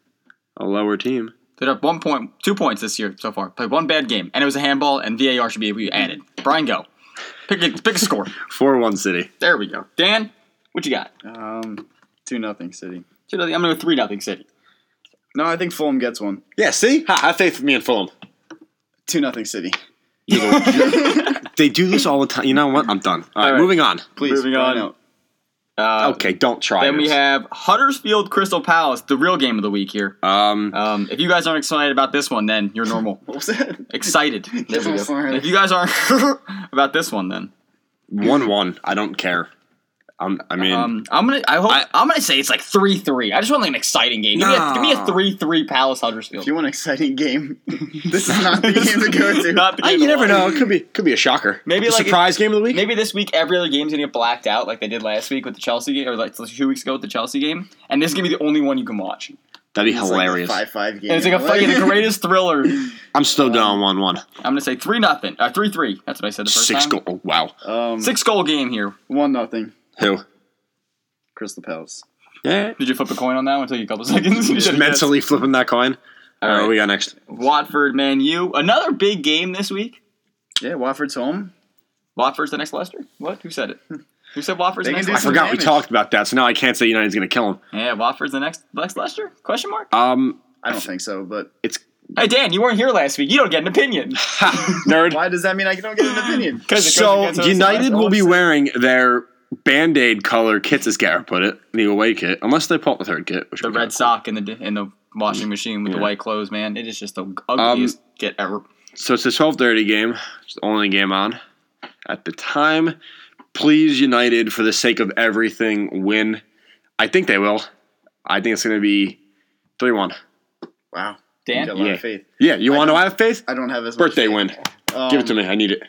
a lower team. They're up one point, two points this year so far. Played one bad game, and it was a handball, and VAR should be we added. Brian, go. Pick a, pick *laughs* a score. Four-one City. There we go. Dan, what you got? Um, two nothing City. Two nothing- I'm going to go 3 nothing City. No, I think Fulham gets one. Yeah, see, ha, have faith in me and Fulham. Two nothing City. *laughs* They do this all the time. You know what? I'm done. All right, All right. moving on. Please. Moving on. Brian out. *laughs* Uh, Okay, don't try. Then we this. have Huddersfield Crystal Palace, the real game of the week here. um, Um, if you guys aren't excited about this one, then you're *laughs* normal. What was that? Excited. There *laughs* we go. Sorry. If you guys aren't *laughs* about this one, then one-one. I don't care. Um, I mean, um, I'm gonna. I hope I- I, am gonna say it's like three three. I just want like an exciting game. Give, me, a, give me Nah. a three three Palace Huddersfield. If you want an exciting game, *laughs* this is not the game to go to. Not the I, game you to never watch. know. It could be could be a shocker. Maybe a like surprise game of the week. Maybe this week every other game's gonna get blacked out like they did last week with the Chelsea game, or like two weeks ago with the Chelsea game, and this is gonna be the only one you can watch. That'd be It's hilarious. Like a five-five game. And it's like a *laughs* fucking the greatest *laughs* thriller. I'm I'm Um, still down one-one. gonna say three nothing. Uh, three three. That's what I said the first Six time. goal. Oh, wow. um, Six goal game here. one nothing. Who? Crystal Palace. Yeah. Did you flip a coin on that one? Took you a couple *laughs* seconds. You Just should've mentally flipping that coin. All right, right. what we got next? guessed. Watford, Man U. Another big game this week. Yeah, Watford's home. Watford's the next Leicester. What? Who *laughs* said it? Who said Watford's They the next? can I do Leicester? some forgot we damage. talked about that, so now I can't say United's going to kill him. Yeah, Watford's the next next Leicester? Question mark. Um, I don't think so, but it's Hey Dan, you weren't here last week. You don't get an opinion. ha, nerd. why does that mean I don't get an opinion? 'Cause it goes So against us, that's United all will I'm be saying. wearing their Band-Aid color kits, as Garrett put it, the away kit, unless they pull out the third kit. Which *laughs* the we red got. sock in the di- in the washing machine with the Yeah. white clothes. Man, it is just the Um, ugliest get ever. So it's a 12:30 game. It's the only game on at the time. Please, United, for the sake of everything, win. I think they will. I think it's going to be three-one. Wow. You got a Dan, lot Yeah. of faith. Yeah, you want to know? don't- I have faith. I don't have as much Birthday faith. win. Um, Give it to me. I need it.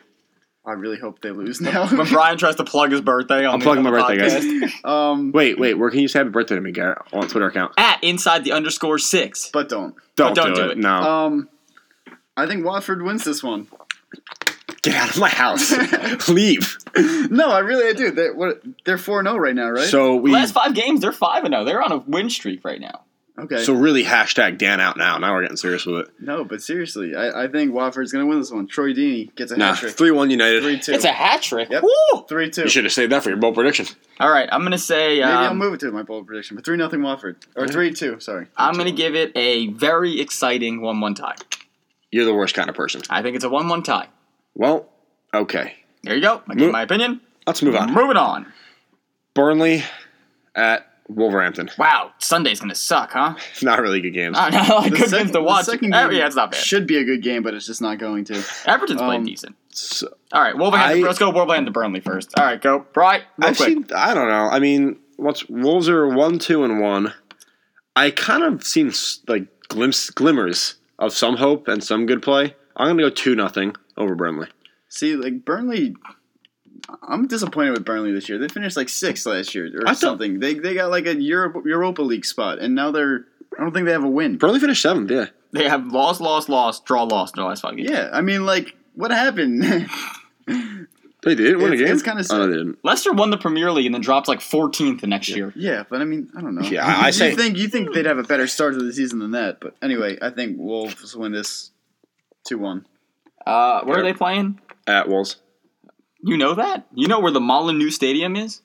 I really hope they lose now. *laughs* *laughs* when Brian tries to plug his birthday, on I'm the- plugging on my the birthday, guys. podcast. um, Wait, wait. Where can you say happy birthday to me, Garrett? On Twitter account. *laughs* At inside the underscore six. but don't. Don't, Oh, don't do, do it. it. No. Um, I think Watford wins this one. Get out of my house. Leave. No, I really I do. They're what, they're four zero right now, right? So we. Last five games, they're five and zero. They're on a win streak right now. okay. So really, hashtag Dan out now. Now we're getting serious with it. no, but seriously, I, I think Watford's gonna win this one. Troy Deeney gets a Nah, hat trick. three-one United. Three two. It's a hat trick. Yep. Woo! Three two. You should have saved that for your bold prediction. All right, I'm gonna say Maybe I'll um, move it to my bold prediction, but three nothing Watford or three *laughs* two. Sorry. I'm gonna give it a very exciting one-one tie. You're the worst kind of person. I think it's a one-one tie. Well, okay. There you go. I give Mo- my opinion. Let's move on. Moving on. Burnley at Wolverhampton. *laughs* Wow, Sunday's gonna suck, huh? *laughs* It's not really good Ah, games. I know. I couldn't second- get to watch. second Oh, game yeah, it's not bad. Should be a good game, but it's just not going to. Everton's played Um, decent. So, All right, Wolverhampton. I- let's go Wolverhampton to Burnley first. All right, go. Right, real I've quick. seen. I don't know. I mean, what's Wolves are one, two, and one. I kind of seen s- like glimpse glimmers of some hope and some good play. I'm gonna go two nothing over Burnley. See, like Burnley, I'm disappointed with Burnley this year. They finished like sixth last year or I thought- something. They they got like a Europe, Europa League spot, and now they're. I don't think they have a win. Burnley finished seventh. Yeah. they have lost, lost, lost, draw, lost in the last five games. Yeah, I mean, like, what happened? *laughs* They didn't win a It's- game. it's kinda Oh, no, sad. they didn't. Leicester won the Premier League and then drops like 14th the next year. yeah, but I mean, I don't know. Yeah, I- I you say- think you think they'd have a better start to the season than that? But anyway, I think Wolves win this two one. Uh, where are Yeah. they playing? At Wolves. You know that? You know where the Molyneux Stadium is?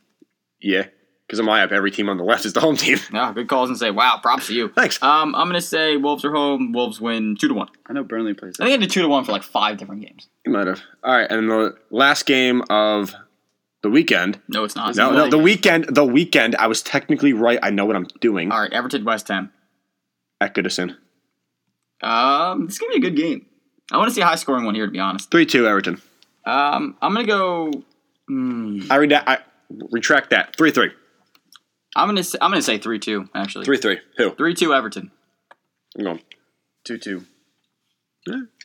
Yeah. Because in my app, every team on the *laughs* left is the home team. Yeah, Ah, good calls and say, wow, props to you. *laughs* Thanks. Um, I'm gonna say Wolves are home. Wolves win two to one. I know Burnley plays. I That. think I did two to one for like five different games. You might have. All right, and the last game of the weekend. No, it's not. No, no, the weekend. The weekend. I was technically right. I know what I'm doing. All right, Everton West Ham. At Goodison, Um, this is gonna be a good game. I want to see a high scoring one here, to be honest. three two Everton. Um, I'm gonna go. hmm, I read that. I retract that. Three three. I'm gonna. Say, I'm gonna say three two actually. Three three. Who? Three two Everton. I'm going. Two two.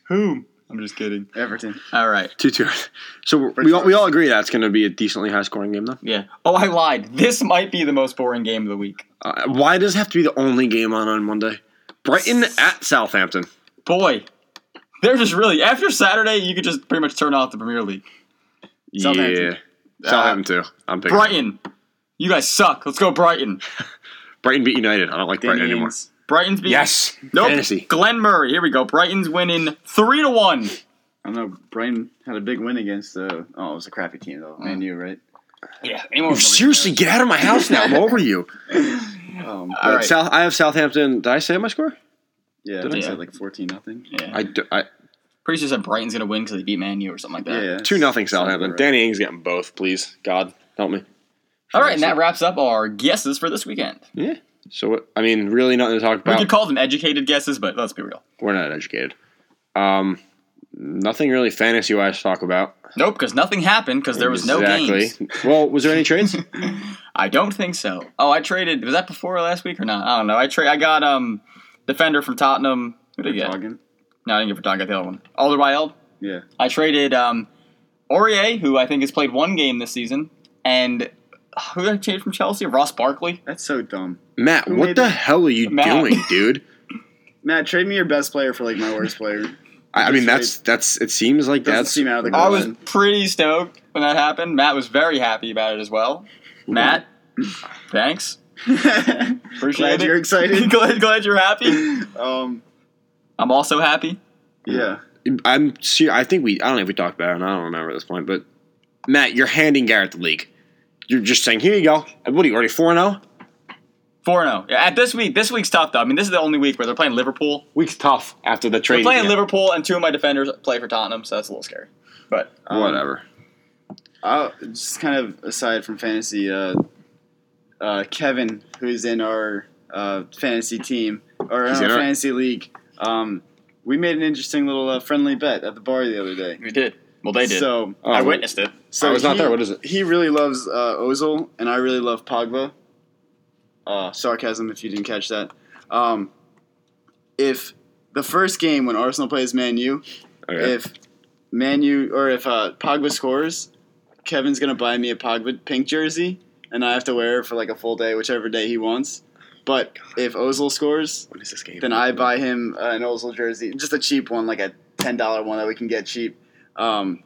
Who? I'm just kidding. Everton. All right. Two two. *laughs* So we're- we all, we all agree that's going to be a decently high scoring game, though. Yeah. Oh, I lied. This might be the most boring game of the week. Uh, why does it have to be the only game on on Monday? Brighton at Southampton. Boy, they're just really after Saturday. You could just pretty much turn off the Premier League. Yeah, Southampton. Uh, Southampton too. I'm picking Brighton, you guys suck. Let's go Brighton. Brighton beat United. I don't like Brighton anymore. Damien's. Brighton's being Yes. Nope. Fantasy. Glenn Murray. Here we go. Brighton's winning three to one. I don't know. Brighton had a big win against the. Oh, it was a crappy team though. Man, Mm. you right? Yeah. Anyone? Seriously, get out of my house now. I'm over *laughs* you. Um, All But right. South, I have Southampton. Did I say my score? yeah, I Did think I- it said like fourteen nothing. Yeah. I, do- I Pretty sure said Brighton's gonna win because they beat Man U or something like that. Yeah, two nothing Southampton. Right. Danny Ings getting both, please. God help me. All right, and that wraps up our guesses for this weekend. Yeah. So what- I mean, really nothing to talk We about. could call them educated guesses, but let's be real. We're not educated. Um, nothing really fantasy wise to talk about. Nope, because nothing happened because there was no games. Well, was there any *laughs* trades? I don't think so. Oh, I traded. Was that before last week or not? I don't know. I trade. I got um defender from Tottenham. Who did I get? Vertonghen? No, I didn't get Vertonghen. I got the other one. Alderweireld. Yeah. I traded um Aurier, who I think has played one game this season, and uh, who did I trade from Chelsea? Ross Barkley. That's so dumb. Matt, Who what made the it? hell are you Matt. doing, dude? Matt, trade me your best player for like my *laughs* worst player. *laughs* I, I mean, that's That's that's. It seems like Doesn't that's seem out of the I question. was pretty stoked when that happened. Matt was very happy about it as well. Matt, thanks. Appreciate Glad you're it. *laughs* excited. glad, glad you're happy. Um, I'm also happy. yeah. I'm ser- I think we. I don't know if we talked about it. and I don't remember at this point. But Matt, you're handing Garrett the league. You're just saying, here you go. And oh? What are you already four zero? 4 0. oh. At this week, this week's tough though. I mean, this is the only week where they're playing Liverpool. Week's tough after the They're trade. playing Liverpool, and two of my defenders play for Tottenham, so that's a little scary. But Um, Whatever. I'll, just kind of aside from fantasy, uh, uh, Kevin, who's in our uh, fantasy team or in He's our in our- fantasy league, um, we made an interesting little uh, friendly bet at the bar the other day. we did. Well, they did. So, Oh, I witnessed it. so I was not he- there. What is it? He really loves uh, Ozil, and I really love Pogba. Uh, sarcasm, if you didn't catch that. Um, if the first game when Arsenal plays Man U, Okay. if Manu or if uh, Pogba scores, Kevin's gonna buy me a Pogba pink jersey, and I have to wear it for like a full day, whichever day he wants. But if Ozil scores, what is this game? then I buy him uh, an Ozil jersey, just a cheap one, like a ten dollar one that we can get cheap, um,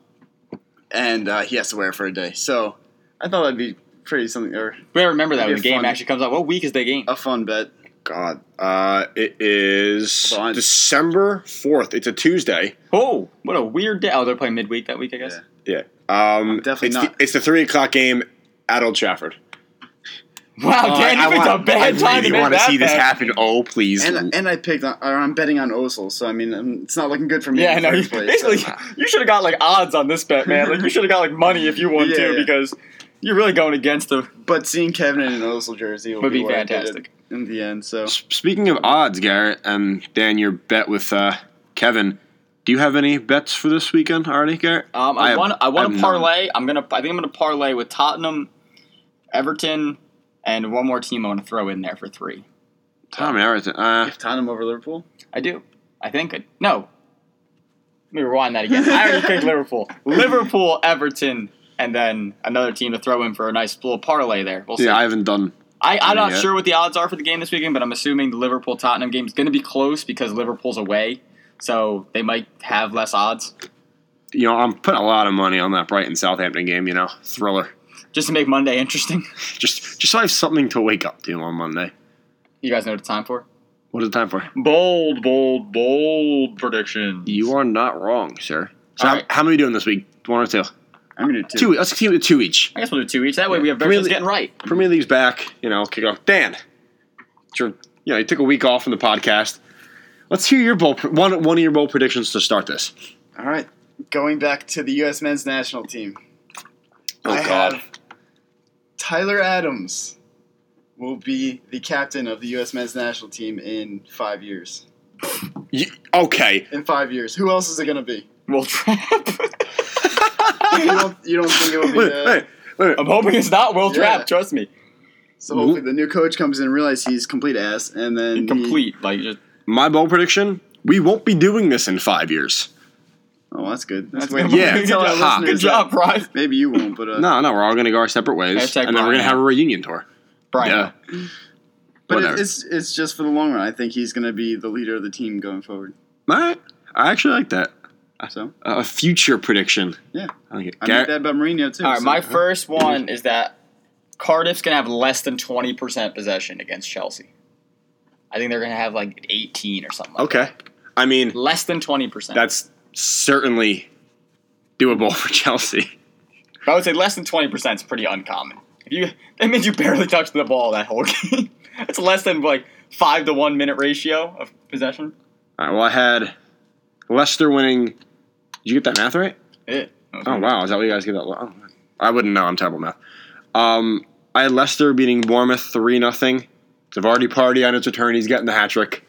and uh, he has to wear it for a day. So I thought that'd be pretty something or We gotta remember that when It'd the be game fun. Oh. actually comes out. What week is the game? a fun bet. God, uh, it is Hold on. December fourth. It's a Tuesday. Oh, what a weird day. Oh, they're playing midweek that week, I guess. Yeah. Yeah. Um, definitely it's not. The, it's the three o'clock game at Old Trafford. Wow, Oh, Dan, you picked a bad I time really to make want to that see this bet. happen. Oh, please. And and I picked on, or I'm betting on Ozil, so I mean um, it's not looking good for me. Yeah, I in know. *laughs* first place, so- Basically, you should have got like odds on this bet, man. Like you should have got like money if you won Yeah, too, yeah. because you're really going against the. But seeing Kevin in an Ozil jersey will Would be what I did fantastic. in the end. So S- Speaking of odds, Garrett and Dan, your bet with uh, Kevin. Do you have any bets for this weekend already, Garrett? Um, I, have- want I want have none. to parlay. I'm gonna. I think I'm gonna parlay with Tottenham, Everton, and one more team. I want to throw in there for three. Tom Everton. Uh, if Tottenham over Liverpool, I do. I think. I, no. Let me rewind that again. I already *laughs* picked Liverpool. Liverpool, Everton, and then another team to throw in for a nice little parlay there. We'll see. yeah, I haven't done. I, I'm not Yeah. sure what the odds are for the game this weekend, but I'm assuming the Liverpool Tottenham game is going to be close because Liverpool's away, so they might have less odds. You know, I'm putting a lot of money on that Brighton Southampton game. You know, thriller. Just to make Monday interesting, *laughs* Just, just so I have something to wake up to on Monday. you guys know what it's time for. What is the time for? Bold, bold, bold prediction. You are not wrong, sir. So All how, right. how many are we doing this week? One or two? I'm gonna do two. Two. Let's keep it two each. I guess we'll do two each. That way we have everyone's Really- getting right. Premier League's back. You know, kick off. Dan, it's your, you know, you took a week off from the podcast. Let's hear your bowl, one one of your bowl predictions to start this. All right, going back to the U.S. men's national team. Oh, I God. have Tyler Adams will be the captain of the U.S. men's national team in five years. You, okay, In five years, who else is it gonna be? We'll trap. You don't, you don't think it will *laughs* be? wait, Uh, wait, wait. *laughs* I'm hoping it's not Will Yeah. Trap. Trust me. so hopefully the new coach comes in, and realizes he's complete ass, and then he- Complete. Like just My bowl prediction: we won't be doing this in five years. Oh, that's good. That's, *laughs* That's way good. Yeah. good. Tell our Good job. listeners Good job, that. Brian. Maybe you won't, but uh, No, no, we're all gonna go our separate ways, Hashtag and then we're Brian. gonna have a reunion tour. Brian. yeah, but it, whatever. it's it's just for the long run. I think he's going to be the leader of the team going forward. all right. I actually like that. Ah. So A future prediction. yeah, I like it. I Gar- made that about Mourinho too. All right, *laughs* so- my first one is that Cardiff's gonna have less than twenty percent possession against Chelsea. I think they're gonna have like eighteen or something. Like okay. I mean, that. less than twenty percent. that's certainly doable *laughs* for Chelsea. But I would say less than twenty percent is pretty uncommon. If you that means you barely touched the ball that whole *laughs* game. it's less than like five to one minute ratio of possession. All right, well, I had Leicester winning. Did you get that math right? Eh. Oh wow, is that what you guys get that? Oh, I wouldn't know. I'm terrible at math. Um, I had Leicester beating Bournemouth three 0 Zavardi party on its return. He's getting the hat trick.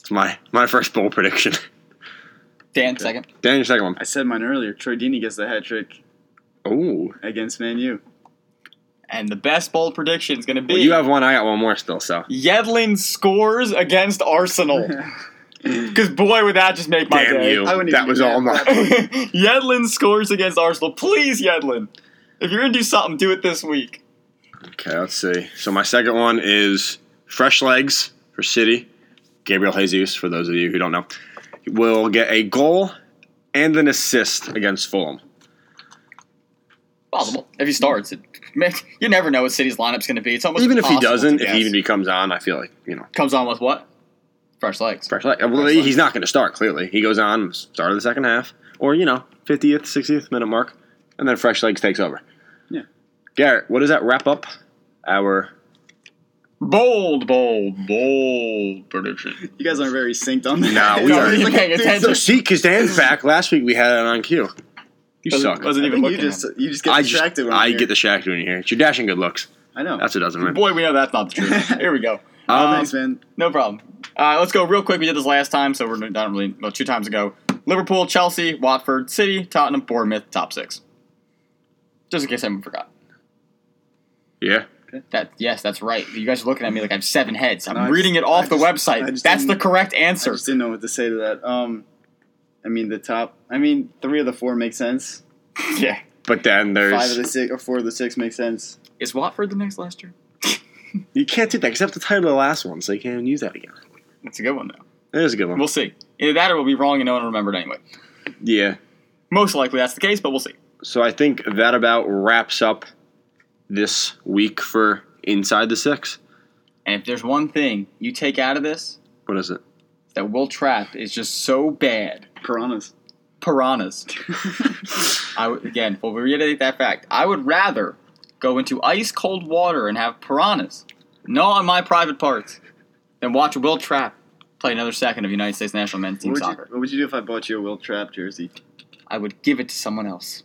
It's my my first bowl prediction. *laughs* Dan, second. Dan, your second one. I said mine earlier. Troy Deeney gets the hat trick Oh, against Man U. And the best bold prediction is gonna be well, you have one. I got one more still. So Yedlin scores *laughs* against Arsenal. Because boy, would that just make my damn day. you. I wouldn't even That was do all that. mine. *laughs* Yedlin scores against Arsenal. Please, Yedlin. If you're gonna do something, do it this week. Okay, let's see. So my second one is fresh legs for City. Gabriel Jesus, for those of you who don't know, will get a goal and an assist against Fulham. Possible. If he starts, it, man, you never know what City's lineup's gonna be. It's almost Even if he impossible doesn't, to if he even guess. becomes on, I feel like you know comes on with what? Fresh legs. fresh legs. Well, legs. he's not going to start clearly. He goes on start of the second half, or you know, fiftieth, sixtieth minute mark, and then fresh legs takes over. Yeah. Garrett, what does that wrap up our? Bold, bold, bold prediction. You guys aren't very synked on that. *laughs* Nah, we I are- was like, Paying dude, attention. So see, because Dan's back. Last week we had it on cue. You Doesn't- suck. doesn't I even look think you at just him. you just get I distracted. just when I you're- get distracted when you're here. It's your dashing good looks. I know. That's what does it, man. Boy, we know that's not the *laughs* truth. Here we go. Um, Oh, Thanks, man. No problem. Uh, let's go real quick. We did this last time, so we're not really well two times ago. Liverpool, Chelsea, Watford, City, Tottenham, Bournemouth, top six. Just in case anyone forgot. yeah. That yes, that's right. You guys are looking at me like I have seven heads. I'm No, I reading just- it off I the just- I website. just That's the didn't- correct I answer. just didn't know what to say to that. Um, I mean the top. I mean three of the four make sense. yeah. But then Five of there's the six or four of the six make sense. Is Watford the next last year? you can't do that except the title of the last one, so you can't even use that again. That's a good one though. That is a good one. We'll see. Either that or we'll be wrong and no one remembered anyway. yeah. Most likely that's the case, but we'll see. So I think that about wraps up this week for Inside the Six. And if there's one thing you take out of this What is it? that Will Trapp is just so bad. Piranhas. *laughs* Piranhas. I would, again, we'll reiterate that fact. I would rather go into ice cold water and have piranhas gnaw on my private parts than watch Will Trapp play another second of United States national men's What team would, you, soccer. what would you do if I bought you a Will Trap jersey? I would give it to someone else.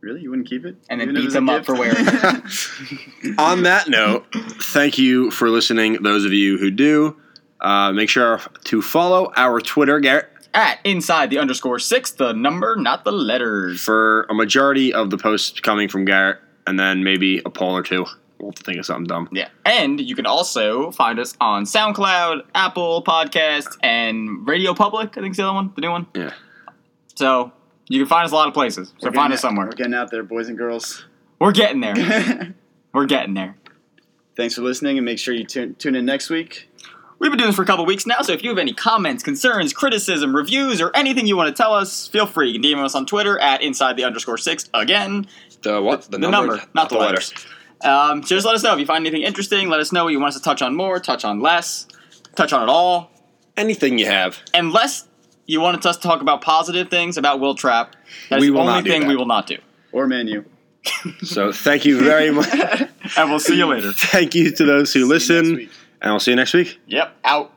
Really? You wouldn't keep it? And then Even if beat it's a them up gift? for wearing *laughs* it. On that note, thank you for listening, those of you who do. Uh, make sure to follow our Twitter, Garrett, At inside the underscore six, the number, not the letters. for a majority of the posts coming from Garrett, and then maybe a poll or two. We'll have to think of something dumb. Yeah. And you can also find us on SoundCloud, Apple Podcasts, and Radio Public, I think is the other one, the new one. Yeah. So you can find us a lot of places. So We're find getting us out- somewhere. We're getting out there, boys and girls. We're getting there. *laughs* We're getting there. Thanks for listening, and make sure you tune, tune in next week. We've been doing this for a couple weeks now, so if you have any comments, concerns, criticism, reviews, or anything you want to tell us, feel free. You can DM us on Twitter at inside the underscore six again. The what? The, number, not the, letters. Um, so just let us know if you find anything interesting. Let us know what you want us to touch on more, touch on less, touch on it all. Anything you have. Unless you wanted us to talk about positive things about Will Trap, that's We the will only not do thing that. we will not do. Or menu. So thank you very *laughs* much. *laughs* And we'll see you later. thank you to those who listen, and we'll see you next week. Yep, out.